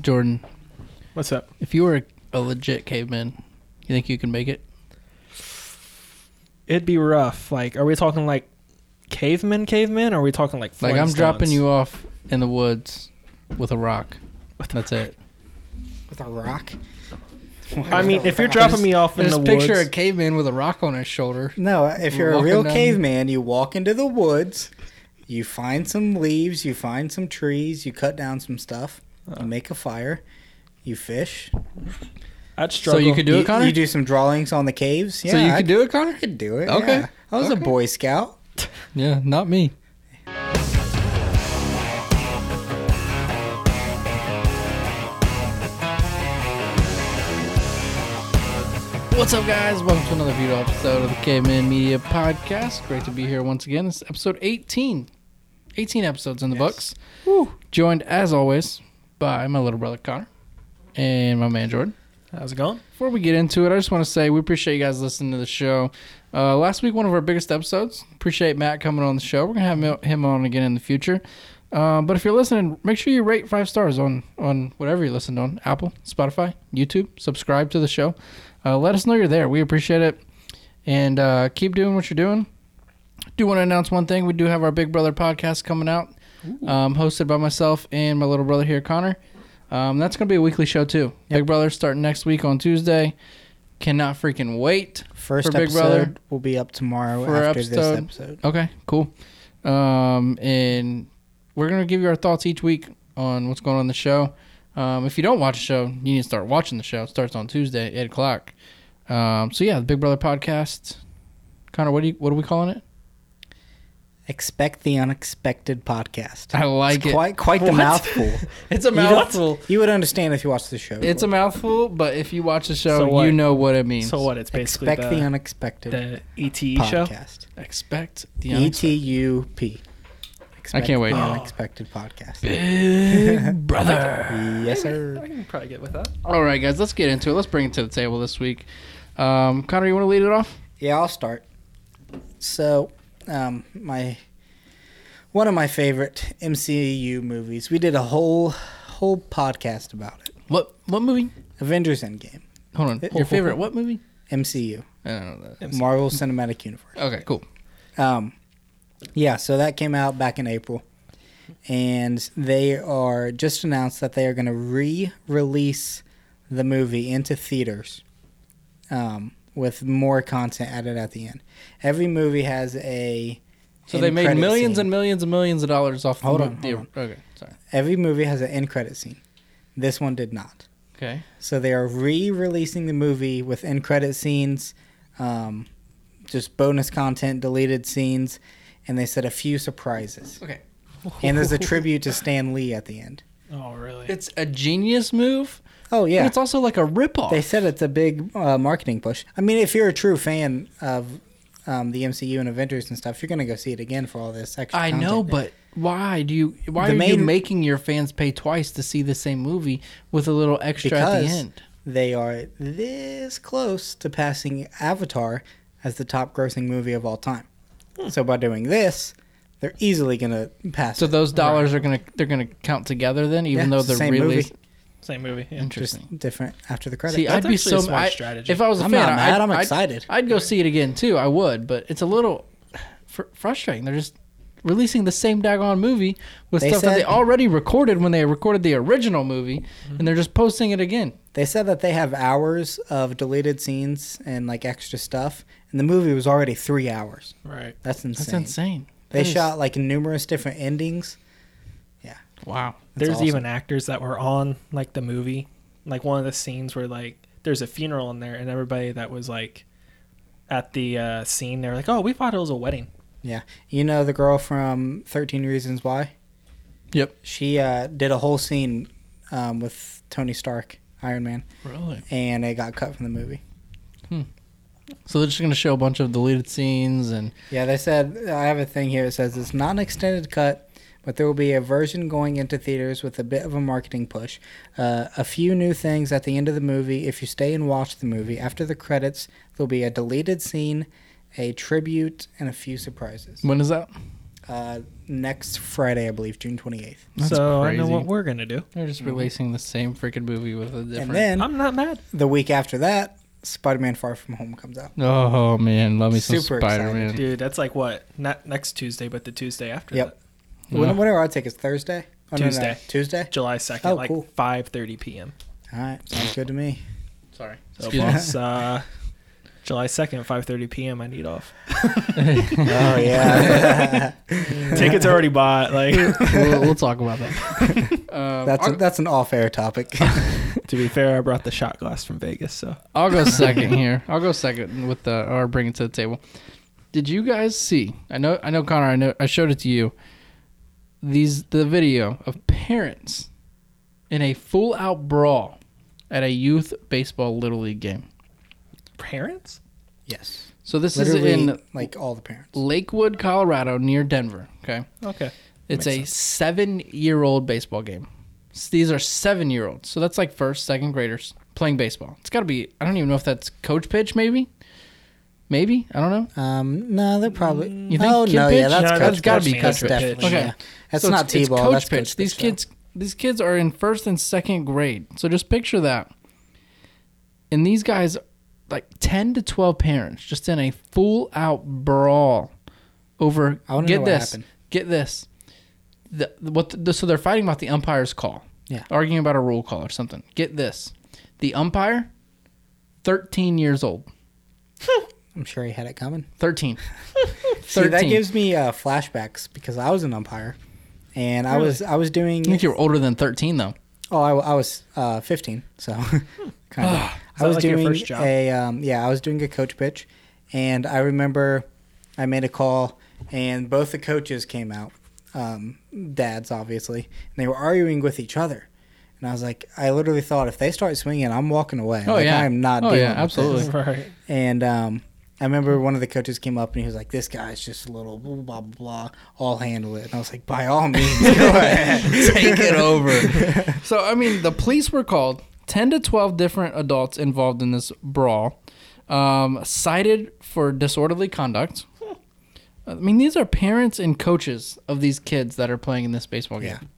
Jordan, What's up? if you were a, a legit caveman, you think you can make it? It'd be rough. Like, are we talking like cavemen, cavemen? Or are we talking like Like I'm dropping Flintstones? you off in the woods with a rock. That's it. with a rock. I mean, if you're dropping me off in the Just picture woods, a caveman with a rock on his shoulder. No, if you're a Walking real down- caveman, you walk into the woods, you find some leaves, you find some trees, you cut down some stuff, Uh. you make a fire, you fish. I'd So struggle. you could do you, it, Connor. You do some drawings on the caves. Yeah, so you I could do it, Connor. I could do it. Okay. yeah. I was a Boy Scout. Yeah, not me. What's up, guys? Welcome to another beautiful episode of the Caveman Media Podcast. Great to be here once again. It's episode 18. 18 episodes in the Yes. books. Joined, as always, by my little brother Connor and my man Jordan. How's it going? Before we get into it, I just want to say we appreciate you guys listening to the show. Uh, last week, one of our biggest episodes. Appreciate Matt coming on the show. We're gonna have him- him on again in the future. Uh, but if you're listening, make sure you rate five stars on on whatever you listened on Apple, Spotify, YouTube. Subscribe to the show. Uh, let us know you're there. We appreciate it, and uh, keep doing what you're doing. Do want to announce one thing? We do have our Big Brother podcast coming out, um, hosted by myself and my little brother here, Connor. Um, that's going to be a weekly show too. Big Brother starting next week on Tuesday. Cannot freaking wait. First For Big episode Brother. will be up tomorrow For after episode. this episode. Okay, cool. Um, and we're going to give you our thoughts each week on what's going on in the show. Um, if you don't watch the show, you need to start watching the show. It starts on Tuesday at 8 o'clock. Um, so yeah, the Big Brother podcast. Connor, what do you, what are we calling it? Expect the unexpected podcast. I like It's it. quite quite the What? mouthful. it's a You don't- mouthful. You would understand if you watched the show. It's a mouthful, but if you watch the So show, what? you know what it means. So what? It's basically expect the unexpected the, the ET show. podcast. Expect the E T U P. I can't wait. The Oh. unexpected podcast. Big brother. yes, sir. I can probably get with that. All right, guys, let's get into it. Let's bring it to the table this week. Um, Connor, you want to lead it off? Yeah, I'll start. So, um, my one of my favorite MCU movies. We did a whole whole podcast about it. What what movie? Avengers Endgame, Hold on. Your favorite what movie? MCU, I don't know that. Marvel Cinematic Universe. Okay, cool. Um, yeah, so that came out back in April, and they are just announced that they are going to re-release the movie into theaters, um, with more content added at the end. Every movie has a So they end made credit millions scene. and millions and millions of dollars off Hold the, on, the hold Okay, sorry. Every movie has an end credit scene. This one did not. Okay. So they are re-releasing the movie with end credit scenes, um, just bonus content, deleted scenes, and they said a few surprises. Okay. And there's a tribute to Stan Lee at the end. Oh really? It's a genius move. Oh And yeah, it's also like a ripoff. they said it's a big uh, marketing push. I mean, if you're a true fan of um, the MCU and Avengers and stuff, you're gonna go see it again for all this extra. I know, content. but why do you why The are you main- making your fans pay twice to see the same movie with a little extra at the Because- end? they are this close to passing Avatar as the top-grossing movie of all time. So by doing this, they're easily gonna pass. Hmm. So it. those dollars are gonna they're gonna count together then, even Yeah, though it's the they're same really movie. Same movie. Yeah. interesting. just different after the credits. See, That's I'd be actually so a smart I- strategy. If I was a I'm fan, not mad, I'd, I'm I'd- excited. I'd, go see it again too. I would, but it's a little fr- frustrating. They're just releasing the same daggone movie with They stuff that they said- already recorded when they recorded the original movie, Mm-hmm. and they're just posting it again. They said that they have hours of deleted scenes and like extra stuff, and the movie was already three hours. Right. That's insane. That's insane. They That is- shot like numerous different endings. Wow. That's there's awesome. even actors that were on like the movie like one of the scenes where like there's a funeral in there and everybody that was like at the uh, scene they were like oh we thought it was a wedding Yeah, you know the girl from Thirteen Reasons Why. Yep. She uh, did a whole scene um, with Tony Stark, Iron Man, Really. and it got cut from the movie. So they're just gonna show a bunch of deleted scenes and Yeah, they said I have a thing here. It says it's not an extended cut, but there will be a version going into theaters with a bit of a marketing push. Uh, a few new things at the end of the movie. If you stay and watch the movie after the credits, there'll be a deleted scene, a tribute, and a few surprises. when is that? uh, next Friday, I believe, June 28th. That's so I know crazy. what Mm-hmm. we're gonna do. They're just releasing the same freaking movie with a different. And then I'm not mad. the week after that, Spider Man Far From Home comes out. oh man, love me some Super Spider Man. Dude, that's like what? Not next Tuesday, but the Tuesday after Yep. When, whenever I take is Thursday? Oh, no, no, Tuesday. Tuesday? that. July 2nd, Oh, like cool. 5:30 p.m. All right. Sounds good to me. Sorry. So Excuse me. boss, uh July 2nd, 5:30 p.m. I need off. oh, yeah. Tickets already bought like we'll, we'll talk about that. Um, that's, a, Au- that's an off air topic. to be fair, I brought the shot glass from Vegas, so I'll go second here. I'll go second with the or bring it to the table. Did you guys see? I know, I know, Connor. I know, I showed it to you. These the video of parents in a full out brawl at a youth baseball little league game. parents? yes. So this Literally, is in like all the parents. Lakewood, Colorado, near Denver. Okay, Okay. it's Makes a seven-year-old baseball game. S- These are seven-year-olds, so that's like first, second graders playing baseball. It's got to be. I don't even know if that's coach pitch, maybe, maybe I don't know. Um, no, they're probably. You think oh, kid no, pitch? yeah, that's, No, coach that's gotta pitch. be That's coach pitch. definitely, Okay. yeah. That's So not it's- it's T-ball. coach that's pitch. coach These pitch, yeah. kids, these kids are in first and second grade. So just picture that. And these guys, like ten to twelve parents, just in a full out brawl over. I wanna get know what this. happened. Get this. The, what the, so they're fighting about the umpire's call. Yeah. Arguing about a rule call or something. Get this. The umpire, thirteen years old. I'm sure he had it coming. Thirteen. See, that 13. gives me uh, flashbacks because I was an umpire, and I was I was doing. I think you were older than thirteen though. Oh, I, I was uh, 15, so kind Ah, of. I that was like your doing first job? a um, yeah, I was doing a coach pitch, and I remember I made a call, and both the coaches came out, um, dads obviously, and they were arguing with each other, and I was like, I literally thought if they start swinging, I'm walking away. Oh, Like, yeah. I am not. Oh, dealing yeah, with absolutely. this. Right. And um, I remember one of the coaches came up and he was like, "This guy's just a little blah blah blah. I'll handle it." And I was like, "By all means, go ahead, take it over. so I mean, the police were called. Ten to twelve different adults involved in this brawl, um, cited for disorderly conduct. I mean, these are parents and coaches of these kids that are playing in this baseball game.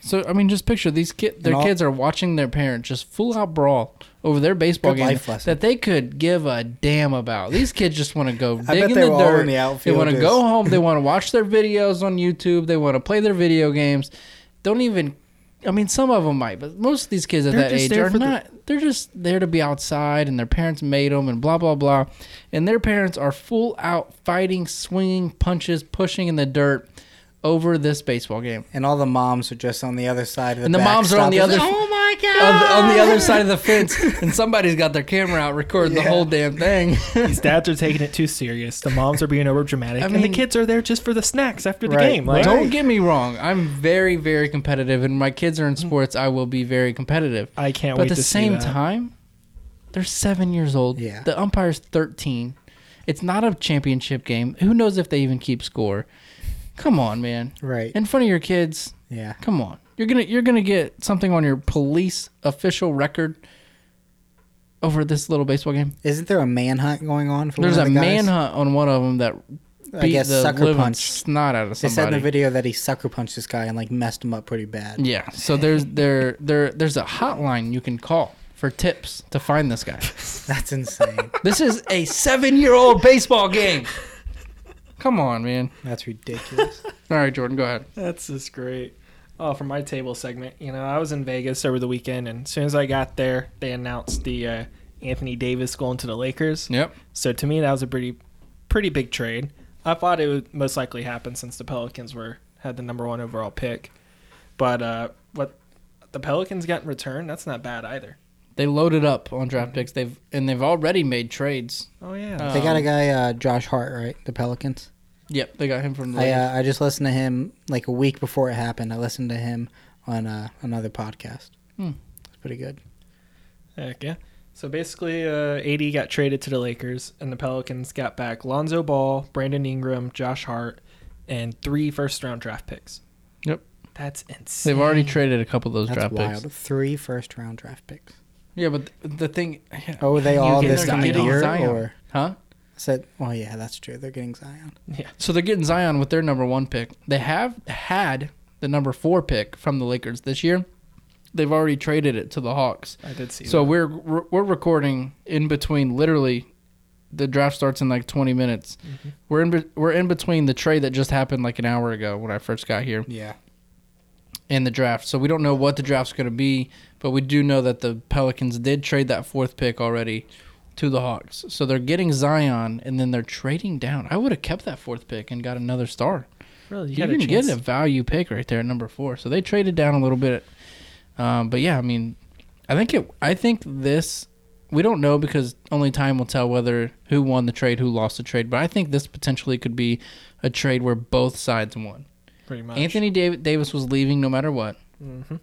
So I mean, just picture these kid, their all- kids are watching their parents just full out brawl over their baseball Good game life lesson. that they could give a damn about. These kids just want to go dig bet in they the were all dirt. in the they outfield want to just- go home. They want to watch their videos on YouTube. They want to play their video games. Don't even. I mean, some of them might, but most of these kids at They're that just age there are for the- not. they're just there to be outside, and their parents made them, and blah blah blah. And their parents are full out fighting, swinging punches, pushing in the dirt over this baseball game. And all the moms are just on the other side of the And the back moms are on stop. the It's other- like, oh my On the, god! on the other side of the fence, and somebody's got their camera out, recording the Yeah. whole damn thing. These dads are taking it too serious. The moms are being over dramatic, I and the mean- kids are there just for the snacks after the Right, game. Like, Don't get me wrong. I'm very, very competitive, and my kids are in Mm. sports. I will be very competitive. I can't But wait at the to see same that. time, they're seven years old. Yeah. The umpire's 13. It's not a championship game. Who knows if they even keep score? Come on, man. Right. In front of your kids. yeah. Come on. You're gonna you're gonna get something on your police official record over this little baseball game. Isn't there a manhunt going on for There's one a of the guys? manhunt on one of them that I beat guess the sucker living punch. snot out of They somebody. said in the video that he sucker punched this guy and like messed him up pretty bad. Yeah. So there's there there there's a hotline you can call for tips to find this guy. That's insane. This is a seven year old baseball game. Come on, man. That's ridiculous. All right, Jordan, go ahead. That's just great. Oh, for my table segment, you know, I was in Vegas over the weekend, and as soon as I got there, they announced the uh, Anthony Davis going to the Lakers. Yep. So to me, that was a pretty, pretty big trade. I thought it would most likely happen since the Pelicans were had the number one overall pick, but uh, what the Pelicans got in return, that's not bad either. They loaded up on draft picks. They've and they've already made trades. Oh yeah, Uh, they got a guy, uh, Josh Hart, right? The Pelicans. Yep, they got him from the I, Lakers. uh, I just listened to him like a week before it happened. I listened to him on uh, another podcast. Hmm. It's pretty good. Heck yeah. So basically, uh, AD got traded to the Lakers, and the Pelicans got back Lonzo Ball, Brandon Ingram, Josh Hart, and three first round draft picks. Yep. That's insane. They've already traded a couple of those That's draft wild. picks. Three first round draft picks. Yeah, but th- the thing, Oh, were they all get this Zion. year Zion. or huh? said, well, yeah, that's true. They're getting Zion. So they're getting Zion with their number one pick. They have had the number four pick from the Lakers this year. They've already traded it to the Hawks. I did see. So that. we're we're recording in between. Literally, the draft starts in like 20 minutes. We're in be- we're in between the trade that just happened like an hour ago when I first got here Yeah. and the draft. So we don't know what the draft's going to be, but we do know that the Pelicans did trade that fourth pick already to the Hawks. So they're getting Zion and then they're trading down. I would have kept that fourth pick and got another star. really you You got a didn't get chance. a value pick right there at number four, so they traded down a little bit. Um, but yeah, I mean, I think it. I think this. We don't know because only time will tell whether who won the trade, who lost the trade. But I think this potentially could be a trade where both sides won. pretty much. Anthony Dav- Davis was leaving no matter what. Mhm.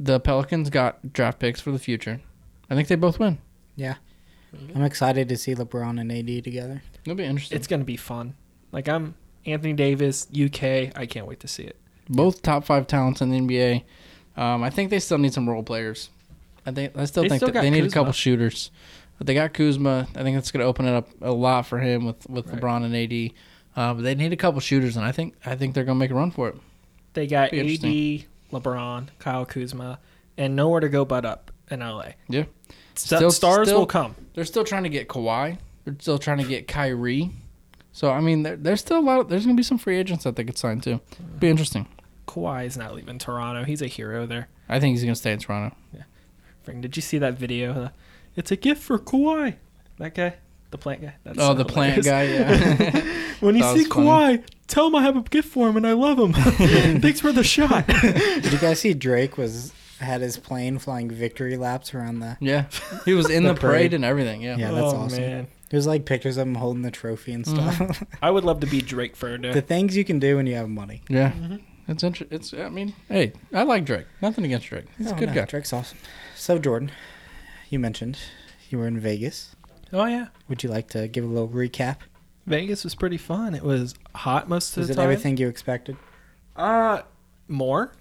The Pelicans got draft picks for the future. I think they both win. Mm-hmm. I'm excited to see LeBron and AD together. It'll be interesting. It's gonna be fun. Like I'm Anthony Davis, UK. I can't wait to see it. both top five talents in the NBA. Um, I think they still need some role players. I think I still They think still that got they need a Kuzma. couple shooters. But they got Kuzma. I think that's going to open it up a lot for him with with Right. LeBron and AD. Uh, but they need a couple shooters, and I think I think they're going to make a run for it. They got Be AD, LeBron, Kyle Kuzma, and nowhere to go but up in LA. Yeah. St- Still- stars still- will come. They're still trying to get Kawhi. They're still trying to get Kyrie. So I mean, there, there's still a lot. Of, there's going to be some free agents that they could sign too. Be interesting. Kawhi is not leaving Toronto. He's a hero there. I think he's going to stay in Toronto. Fring, did you see that video? Uh, It's a gift for Kawhi. That guy, the plant guy. That's oh, so the plant hilarious. guy. Yeah. When you That see was funny. Kawhi, tell him I have a gift for him and I love him. Thanks for the shot. Did you guys see Drake was had his plane flying victory laps around the? yeah. He was in the, The parade. parade. and everything. Yeah. Yeah, Oh, that's awesome. There's like pictures of him holding the trophy and stuff. I would love to be Drake for a the day. things you can do when you have money. Yeah. Mm-hmm. It's inter- it's I mean, hey, I like Drake. Nothing against Drake. He's a Oh, good no, guy. Drake's awesome. So Jordan, you mentioned you were in Vegas. Oh yeah, Would you like to give a little recap? Vegas was pretty fun. It was hot most of Is the it time. everything you expected? Uh, more.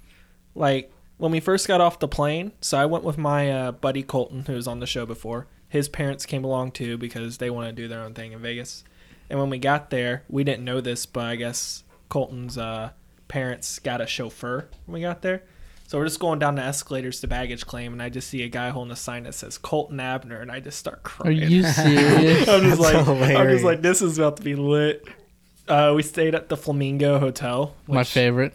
Like when we first got off the plane, so I went with my uh, buddy Colton, who was on the show before. His parents came along too because they want to do their own thing in Vegas. And when we got there, we didn't know this, but I guess Colton's uh, parents got a chauffeur when we got there. So we're just going down the escalators to baggage claim, and I just see a guy holding a sign that says Colton Abner, and I just start Are crying. you serious? I'm just That's like, I'm hilarious. just like, this is about to be lit. Uh, we stayed at the Flamingo Hotel. My which- favorite.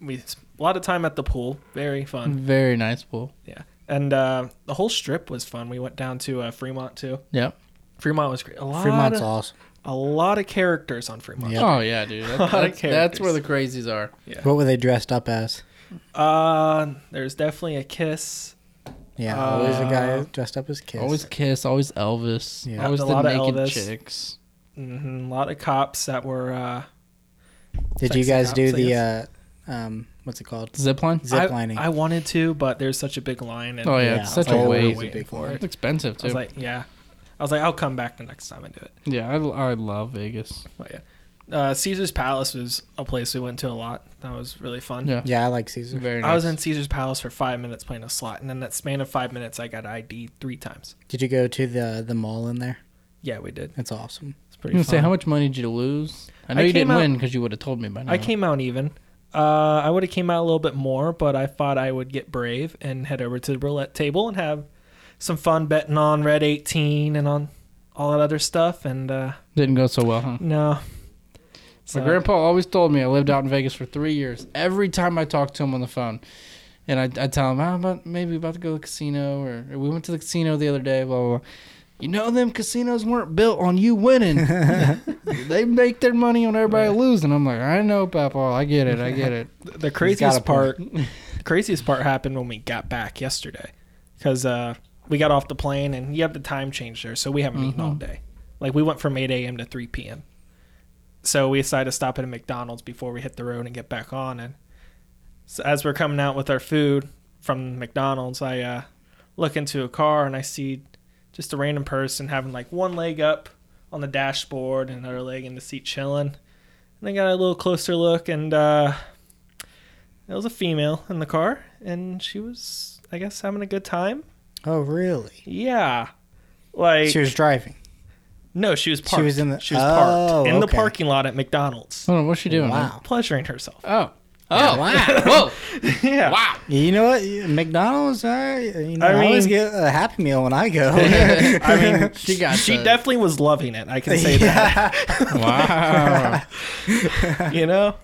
we spent a lot of time at the pool very Mm. fun Very nice pool. yeah and uh, the whole strip was fun we went down to uh, fremont too Yep. fremont was great a lot, Fremont's of, awesome. a lot of characters on fremont Yep. Oh yeah, dude. That- Lot of that's, that's characters. where the crazies are. What were they dressed up as? uh, there's definitely a kiss Yeah, always a guy Uh, dressed up as kids. Always Kiss, always Elvis, Yeah. always A the lot of naked Elvis. chicks. hmm a lot of cops that were uh, Did you sexy guys do cops, I the uh, um, what's it called? Zipline? Zip I- lining. I, wanted to but there's such a big line and Oh yeah, Yeah, it's such a always waste. a big waiting for line. It's it. expensive i too. was like yeah i was like i'll come back the next time i do it yeah, I, I love Vegas. but yeah uh, caesar's palace was a place we went to a lot that was really fun Yeah. yeah, I like Caesar. Very nice. I was in Caesar's Palace for five minutes playing a slot, and in that span of five minutes, I got ID three times. Did you go to the the mall in there? Yeah, we did. It's awesome. It's I'm pretty gonna fun. say how much money did you lose? I know I you came didn't out- win because you would have told me by now. I came out even. Uh, I would have came out a little bit more, but I thought I would get brave and head over to the roulette table and have some fun betting on Red 18 and on all that other stuff. And uh, Didn't go so well, huh? no, so, My grandpa always told me I lived out in Vegas for three years. Every time I talked to him on the phone, and I I tell him, "Ah, about maybe about to go to the casino, or, or we went to the casino the other day." Blah blah. blah. You know them casinos weren't built on you winning. they make their money on everybody losing. I'm like, I know, Papa. I get it. I get it. th- the got a craziest part, the craziest part happened when we got back yesterday, because uh, we got off the plane and you have the time change there, so we haven't eaten Mm-hmm. all day. Like we went from 8 a.m. to 3 p.m. So we decided to stop at a McDonald's before we hit the road and get back on. And so as we're coming out with our food from McDonald's, I uh, look into a car and I see just a random person having like one leg up on the dashboard and another leg in the seat chilling. And I got a little closer look and uh, there was a female in the car and she was, I guess, having a good time. Oh, really? Yeah. Like, She was driving. No, she was parked. was in the- she was parked Oh, in the okay. parking lot at McDonald's, Hold on, what's she doing? Wow. pleasuring herself. Oh. Yeah, Oh. wow. Whoa. yeah. Wow. You know what? McDonald's, I, you know, I, I always mean- get a Happy Meal when I go. I mean, she got. She the- definitely was loving it. I can say Yeah. Wow. that. You know.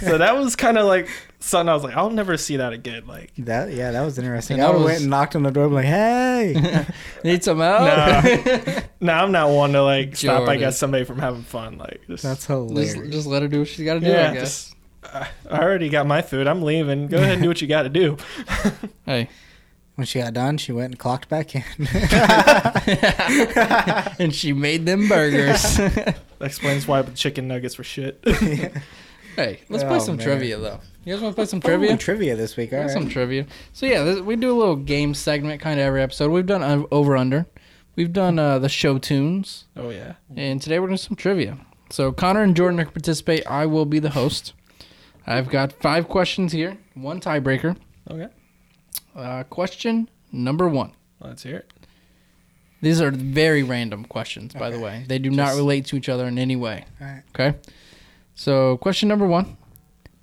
So that was kind of like something I was like, I'll never see that again. Like, That, yeah, that was interesting. And I that would have was- went and knocked on the door, be like, hey. Need some help? Nah. no, I'm not one to like stop. I Jordan. guess somebody from having fun. Like, just, That's just, hilarious. just let her do what she's got to do. I yeah. guess. just, uh, I already got my food. I'm leaving. Go ahead and do what you got to do. Hey. When she got done, she went and clocked back in. and she made them burgers. That explains why the chicken nuggets were shit. hey, let's play Oh, some man. trivia though. You guys want to play some Trivia? trivia? trivia this week. All Got right. Some trivia. So yeah, this, we do a little game segment kind of every episode. We've done uh, over under. We've done uh, the show tunes, oh yeah. and today we're doing some trivia. So Connor and Jordan are gonna participate. I will be the host. I've got five questions here, one tiebreaker. Okay. Uh, question number one. Let's hear it. These are very random questions, by the way. They do not Just- relate to each other in any way. Alright. Okay. So, question number one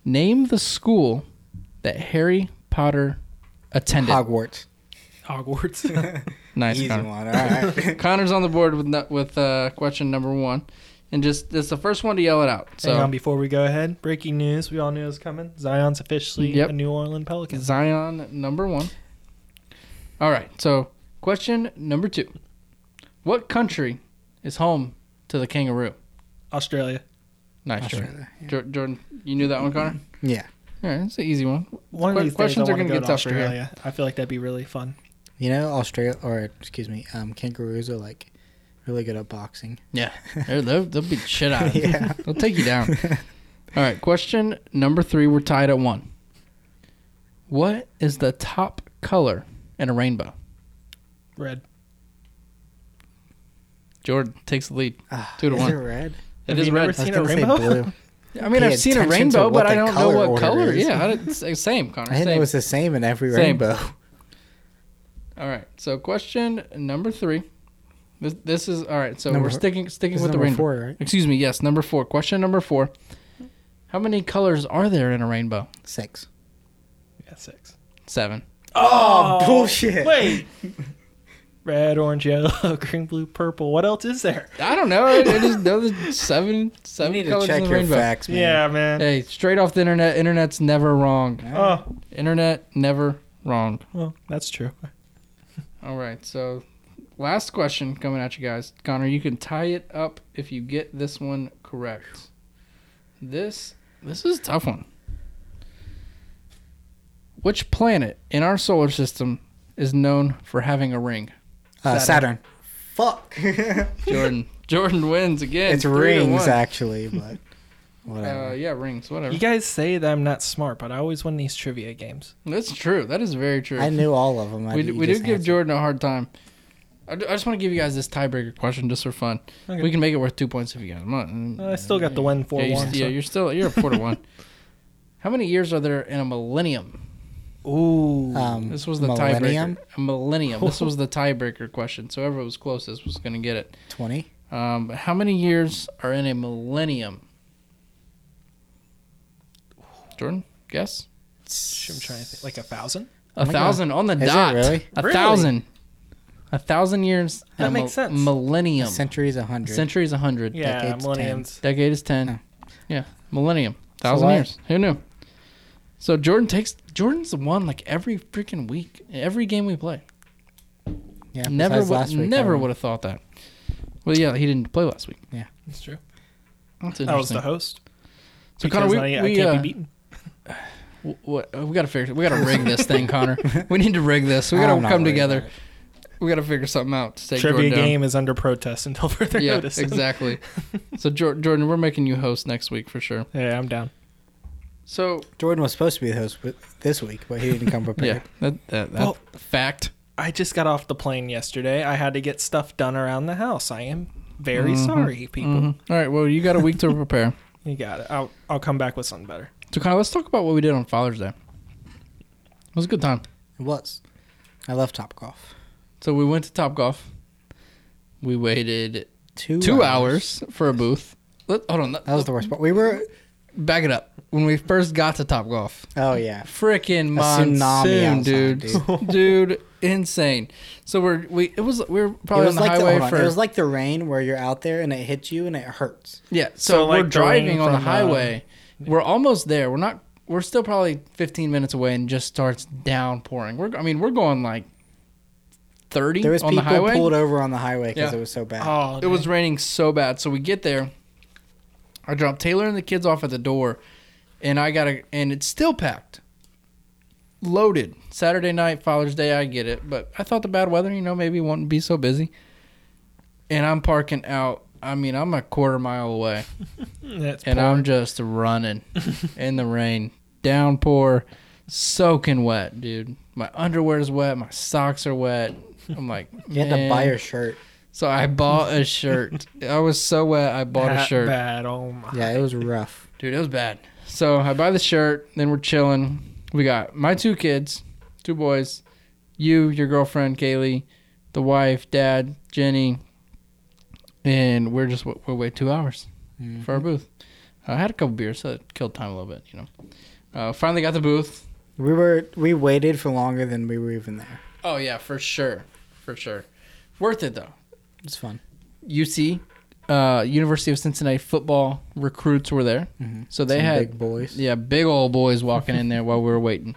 Name the school that Harry Potter attended. Hogwarts. Hogwarts. nice. Easy Connor. one. All right. Connor's on the board with no- with uh, question number one. And just, it's the first one to yell it out. Hang on, So, before we go ahead, breaking news we all knew was coming. Zion's officially Yep. a New Orleans Pelican. Zion number one. All right. So, question number two What country is home to the kangaroo? Australia. Nice, Jordan. Australia. Jor- Jordan, you knew that one, Connor? Yeah. All right, that's an easy one. One of Que- these questions questions are are going gonna to get go to tougher here. Australia. I feel like that'd be really fun. You know, Australia, or excuse me, um, kangaroos are like really good at boxing. Yeah, they'll, they'll, they'll beat the shit out of you. Yeah. They'll take you down. All right, question number three. We're tied at one. What is the top color in a rainbow? Red. Jordan takes the lead. Ah, Two to is one. it red? It Have is you never red. I was Seen a gonna say rainbow? blue. I mean, pay I've seen a attention to rainbow, what but I the don't know color what order color. is. Yeah, I didn't say- same, Connor. I didn't same. know it was the same in every Same. rainbow. All right, so question number three. This, this is all right. So Number- we're sticking sticking This with the is number rainbow. four, right? Excuse me. Yes, number four. Question number four. How many colors are there in a rainbow? Six. Yeah, six. Seven. Oh, bullshit. Wait. Red, orange, yellow, green, blue, purple. What else is there? I don't know. I I just know there's seven I seven need to colors check in the your rainbow. facts, man. Yeah, man. Hey, straight off the internet. Internet's never wrong. Oh, Internet never wrong. well, that's true. All right. So, last question coming at you guys. Connor, you can tie it up if you get this one correct. This this is a tough one. Which planet in our solar system is known for having a ring? Uh, Saturn. Saturn. Fuck. Jordan. Jordan wins again. it's three to rings one. Oh, actually, but whatever. Uh, yeah, rings. Whatever. You guys say that I'm not smart, but I always win these trivia games. That's true. That is very true. I knew all of them. I, we you do, we do just give answered. Jordan a hard time. I, ju- I just want to give you guys this tiebreaker question just for fun. Okay. We can make it worth two points if you guys want. Mm, I still got the win four yeah, you, one. yeah, you're still you're a four to one. How many years are there in a millennium? Ooh. Um, This was the Millennium? tiebreaker. A millennium. this was the tiebreaker question. So whoever was closest was going to get it. Twenty. Um, but how many years are in a millennium? Jordan, guess I'm trying to think. Like a thousand? a Oh my thousand on the it dot. really? A Really? thousand. A thousand years. in That a makes sense. Millennium. Centuries, a hundred. Century is 100. Yeah, Decades, millenniums. Decade is 10. Yeah. Millennium. So Thousand why- years. Who knew? So Jordan takes Jordan's won like every freaking week, every game we play. yeah, never besides would, last week, um, I never won. would have thought that. Well, yeah, he didn't play last week. That's true. That's I was interesting. the host. so Connor, we, Because I, I we, can't uh, be beaten. w- what- uh, we gotta figure. We gotta rig this thing, Connor. We need to rig this. We gotta I'm not come worried together. about it. We gotta figure something out to take Trivia Jordan down. game is under protest until further yeah, notice. exactly. so Jor- Jordan, we're making you host next week for sure. Yeah, I'm down. So Jordan was supposed to be the host wi- this week, but he didn't come prepared. yeah, that that, that Well- fact. I just got off the plane yesterday. I had to get stuff done around the house. I am very sorry, people. Mhm. All right. Well, you got a week to prepare. You got it. I'll, I'll come back with something better. So, Kyle, let's talk about what we did on Father's Day. It was a good time. It was. I love Top Golf. So we went to Top Golf. We waited Two two hours for a booth. Let, hold on, That was the worst part. We were. back it up. When we first got to Top Golf, Oh yeah. freaking tsunami monsoon, outside, dude, dude, insane. So we're we it was we were probably it was on the like the, highway hold on. for it was like the rain where you're out there and it hits you and it hurts. yeah. So, So, like, we're the driving rain on the from, uh, highway. we're almost there. We're not. We're still probably 15 minutes away, and just starts downpouring. We're I mean we're going like 30 There was on the people highway. pulled over on the highway because Yeah. it was so bad. Oh, Ah, It was raining so bad. So we get there. I drop Taylor and the kids off at the door, and I got to and it's still packed, loaded. Saturday night, Father's Day, I get it, but I thought the bad weather, you know, maybe wouldn't be so busy. And I'm parking out. I mean, I'm a quarter mile away, That's and poor. I'm just running in the rain, downpour, soaking wet, dude. My underwear's wet, my socks are wet. I'm like, you had to buy "Man." your shirt. So I bought a shirt. I was so wet. I bought a That shirt, Bad. Oh my. Yeah, it was rough. dude. It was bad. So I buy the shirt. Then we're chilling. We got my two kids, two boys, you, your girlfriend Kaylee, the wife, dad, Jenny, and we're just we'll wait two hours for our booth. I had a couple beers, so it killed time a little bit, you know. Uh, finally got the booth. We were we waited for longer than we were even there. Oh yeah, for sure, for sure. Worth it though. It's fun. UC, uh, University of Cincinnati football recruits were there, Mhm. Mm-hmm. so they Some had big boys. yeah big old boys walking in there while we were waiting.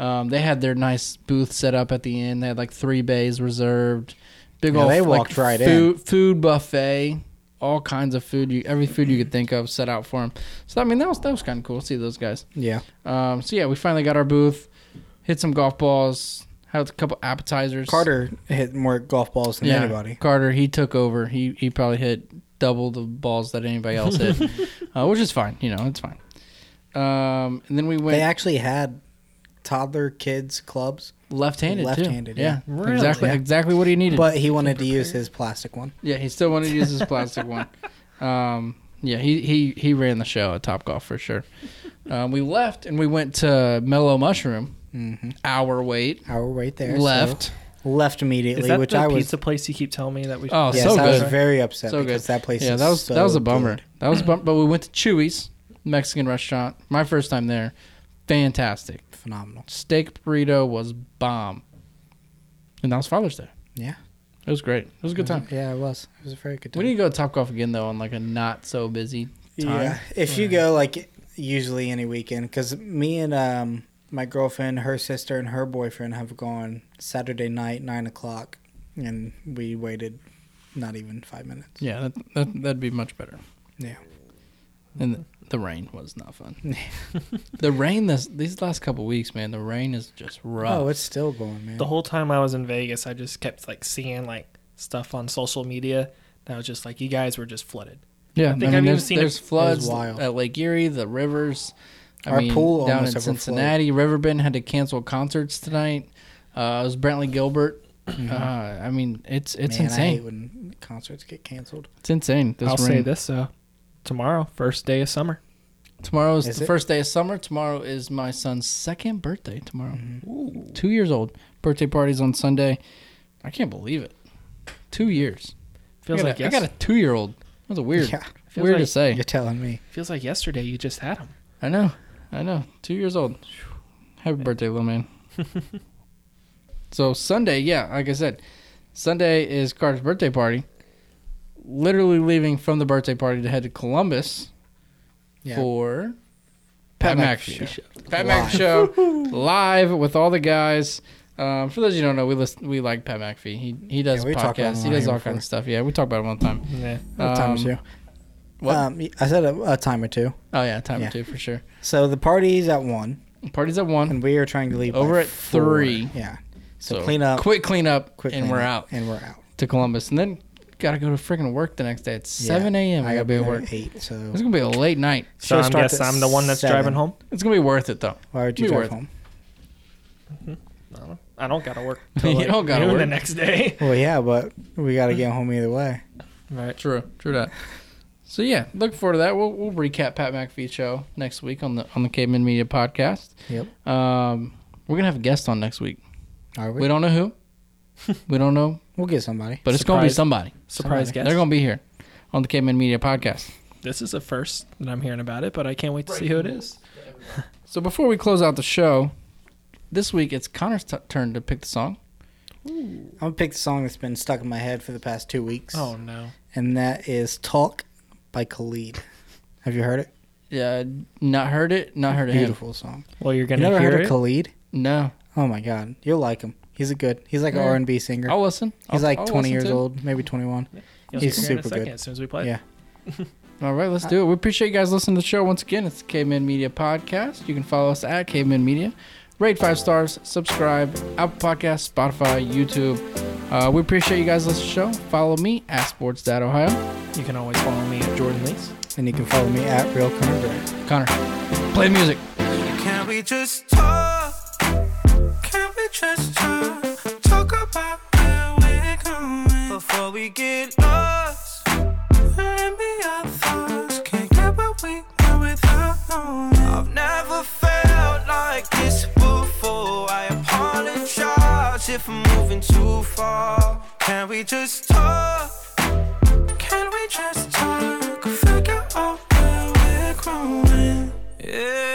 Um, they had their nice booth set up at the end. They had like three bays reserved. Big Yeah, old they like, walked right in. food, Food buffet, all kinds of food. You every food you could think of set out for them. So I mean that was that was kind of cool. to See those guys. Yeah. Um, so yeah, we finally got our booth. Hit some golf balls. Had a couple appetizers. Carter hit more golf balls than anybody. Carter, he took over. He he probably hit double the balls that anybody else hit, uh, which is fine. You know, it's fine. Um, and then we went They actually had toddler kids clubs, left-handed, Left-handed, too. yeah. Really? exactly, Yeah. exactly what he needed. but he wanted to use his plastic one. yeah, he still wanted to use his plastic one. Um, yeah, he, he he ran the show at Top Golf for sure. Um, we left and we went to Mellow Mushroom. Mm-hmm. Hour wait, Our wait there. so- left. left Is immediately, that which the I was. pizza place you keep telling me that we? Oh, yes, so I was good. very upset So because good. that place. yeah, is that was so that was a bummer. good. That was a bummer. But we went to Chewy's Mexican restaurant. My first time there. Fantastic. Phenomenal. steak burrito was bomb. And that was Father's Day. Yeah. It was great. It was a good time. Yeah, it was. It was a very good time. We need to go to Top Golf again though on like a not so busy time. Yeah, if you go like usually any weekend, because me and um my girlfriend, her sister, and her boyfriend have gone Saturday night nine o'clock, and we waited not even five minutes. Yeah, that, that that'd be much better. Yeah. And the, the rain was not fun. the rain this these last couple weeks, man, the rain is just rough. Oh, it's still going, man. The whole time I was in Vegas, I just kept like seeing like stuff on social media that was just like you guys were just flooded. yeah, I, think mean, I've even there's, seen it. there's floods It was wild. at Lake Erie, the rivers. I Our mean, pool down in almost overflowed. Cincinnati, Riverbend had to cancel concerts tonight. Uh, it was Brantley Gilbert. Uh, I mean, it's it's Mm-hmm. Man, I insane. hate when concerts get canceled. It's insane. This I'll rain. say this though: tomorrow, first day of summer. Tomorrow is, Is the it? first day of summer. Tomorrow is my son's second birthday. Tomorrow, Mm-hmm. two years old. Birthday party's on Sunday. I can't believe it. Two years. Feels I got like a, yes, I got a two-year-old. That was a weird, Yeah, Feels weird to like- say. you're telling me. feels like yesterday you just had them. I know. I know. Two years old. Happy birthday, little man. so Sunday, yeah, like I said, Sunday is Carter's birthday party. Literally leaving from the birthday party to head to Columbus Yeah. for Pat, Pat McAfee. McAfee Show. Pat McAfee show live with all the guys. Um, for those of you who don't know, we listen, we like Pat McAfee. He he does Yeah, we talked about podcasts. He him does on all here kinds of stuff. Yeah, we talked about him all the time. Yeah. What time is Um, you? what? Um, I said a, a time or two. Oh yeah, time Yeah. or two for sure. So the party's at one, Party's at one. and we are trying to leave by Over at four. three. Yeah. So, clean up, quick clean up, quick and clean we're up, out and we're out. to Columbus, and then gotta go to freaking work the next day at Yeah. seven a.m. I gotta be at there work. at eight. So It's gonna be a late night. So Show I starts guess at I'm the one that's seven. driving home. It's gonna be worth it though. why would you Be drive worth it. home? I don't gotta work. You like don't gotta noon work. the next day. Well, yeah, but we got to get home either way. right. True, true that. So yeah, look forward to that. We'll we'll recap Pat McAfee's show next week on the on the Caveman Media podcast. Yep. Um, we're gonna have a guest on next week. Are we? We don't know who. we don't know, We'll get somebody. but it's gonna be Surprise- somebody. Surprise Somebody. guest. They're gonna be here. on the Caveman Media podcast. This is the first that I'm hearing about it, but I can't wait to see who it is. So before we close out the show, this week it's Connor's t- turn to pick the song. I'm gonna pick the song that's been stuck in my head for the past two weeks. Oh no. And that is Talk by Khalid. Have you heard it? Yeah, not heard it, not heard of him. Beautiful song. Well, you're You gonna never hear heard it. of Khalid? No, Oh my god. You'll like him. He's a good he's like an Yeah. R and B singer. I'll listen. He's I'll- like I'll listen twenty years to it. old, maybe twenty one. You'll He's hear it in a super second good. As soon as we play, it. Yeah. All right, Uh, let's do it. We appreciate you guys listening to the show once again. It's the Caveman Media Podcast. You can follow us at Caveman Media. Rate five stars, subscribe, Apple Podcasts, Spotify, YouTube. Uh, we appreciate you guys listening to the show. Follow me at sports.ohio. you can always follow me at Jordan Lees. And you can follow me at Real Connor Gray. Connor, play music. Can we just talk? Can we just talk? Talk about where we're going before we get lost. Let me our thoughts. Can't get what we want without knowing. I've never felt like this before. I apologize if I'm moving too far. Can we just talk? Can we just talk? Figure out where we're growing. Yeah.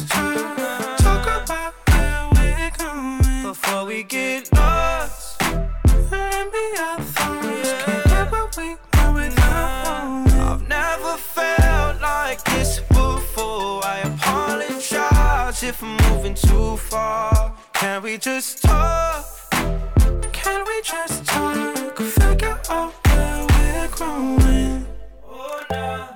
talk? Talk about where we're going before we get lost. Let me our thoughts. Can't get what we want without knowing. I've never felt like this before. I apologize if I'm moving too far. Can we just talk? Can we just talk? Figure out where we're growing. Oh, nah.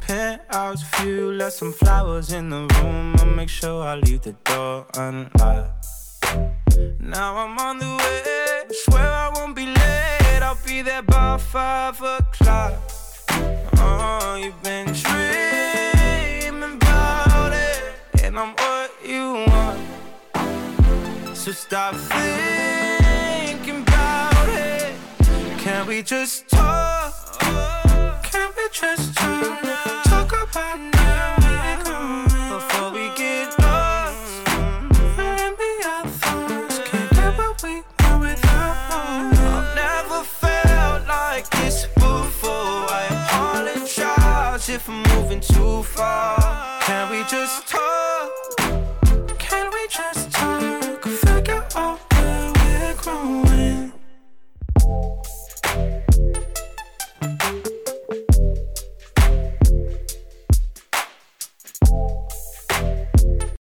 Penthouse view, left some flowers in the room. I'll make sure I leave the door unlocked. Now I'm on the way. Swear I won't be late. I'll be there by five o'clock. Oh, you've been dreaming about it, and I'm what you want. So stop thinking about it. Can we just talk? Can we just talk? Talk about now before we get lost. Let me our thoughts. Can't get what we want without one. I've never felt like this before. I apologize if I'm moving too far. Can we just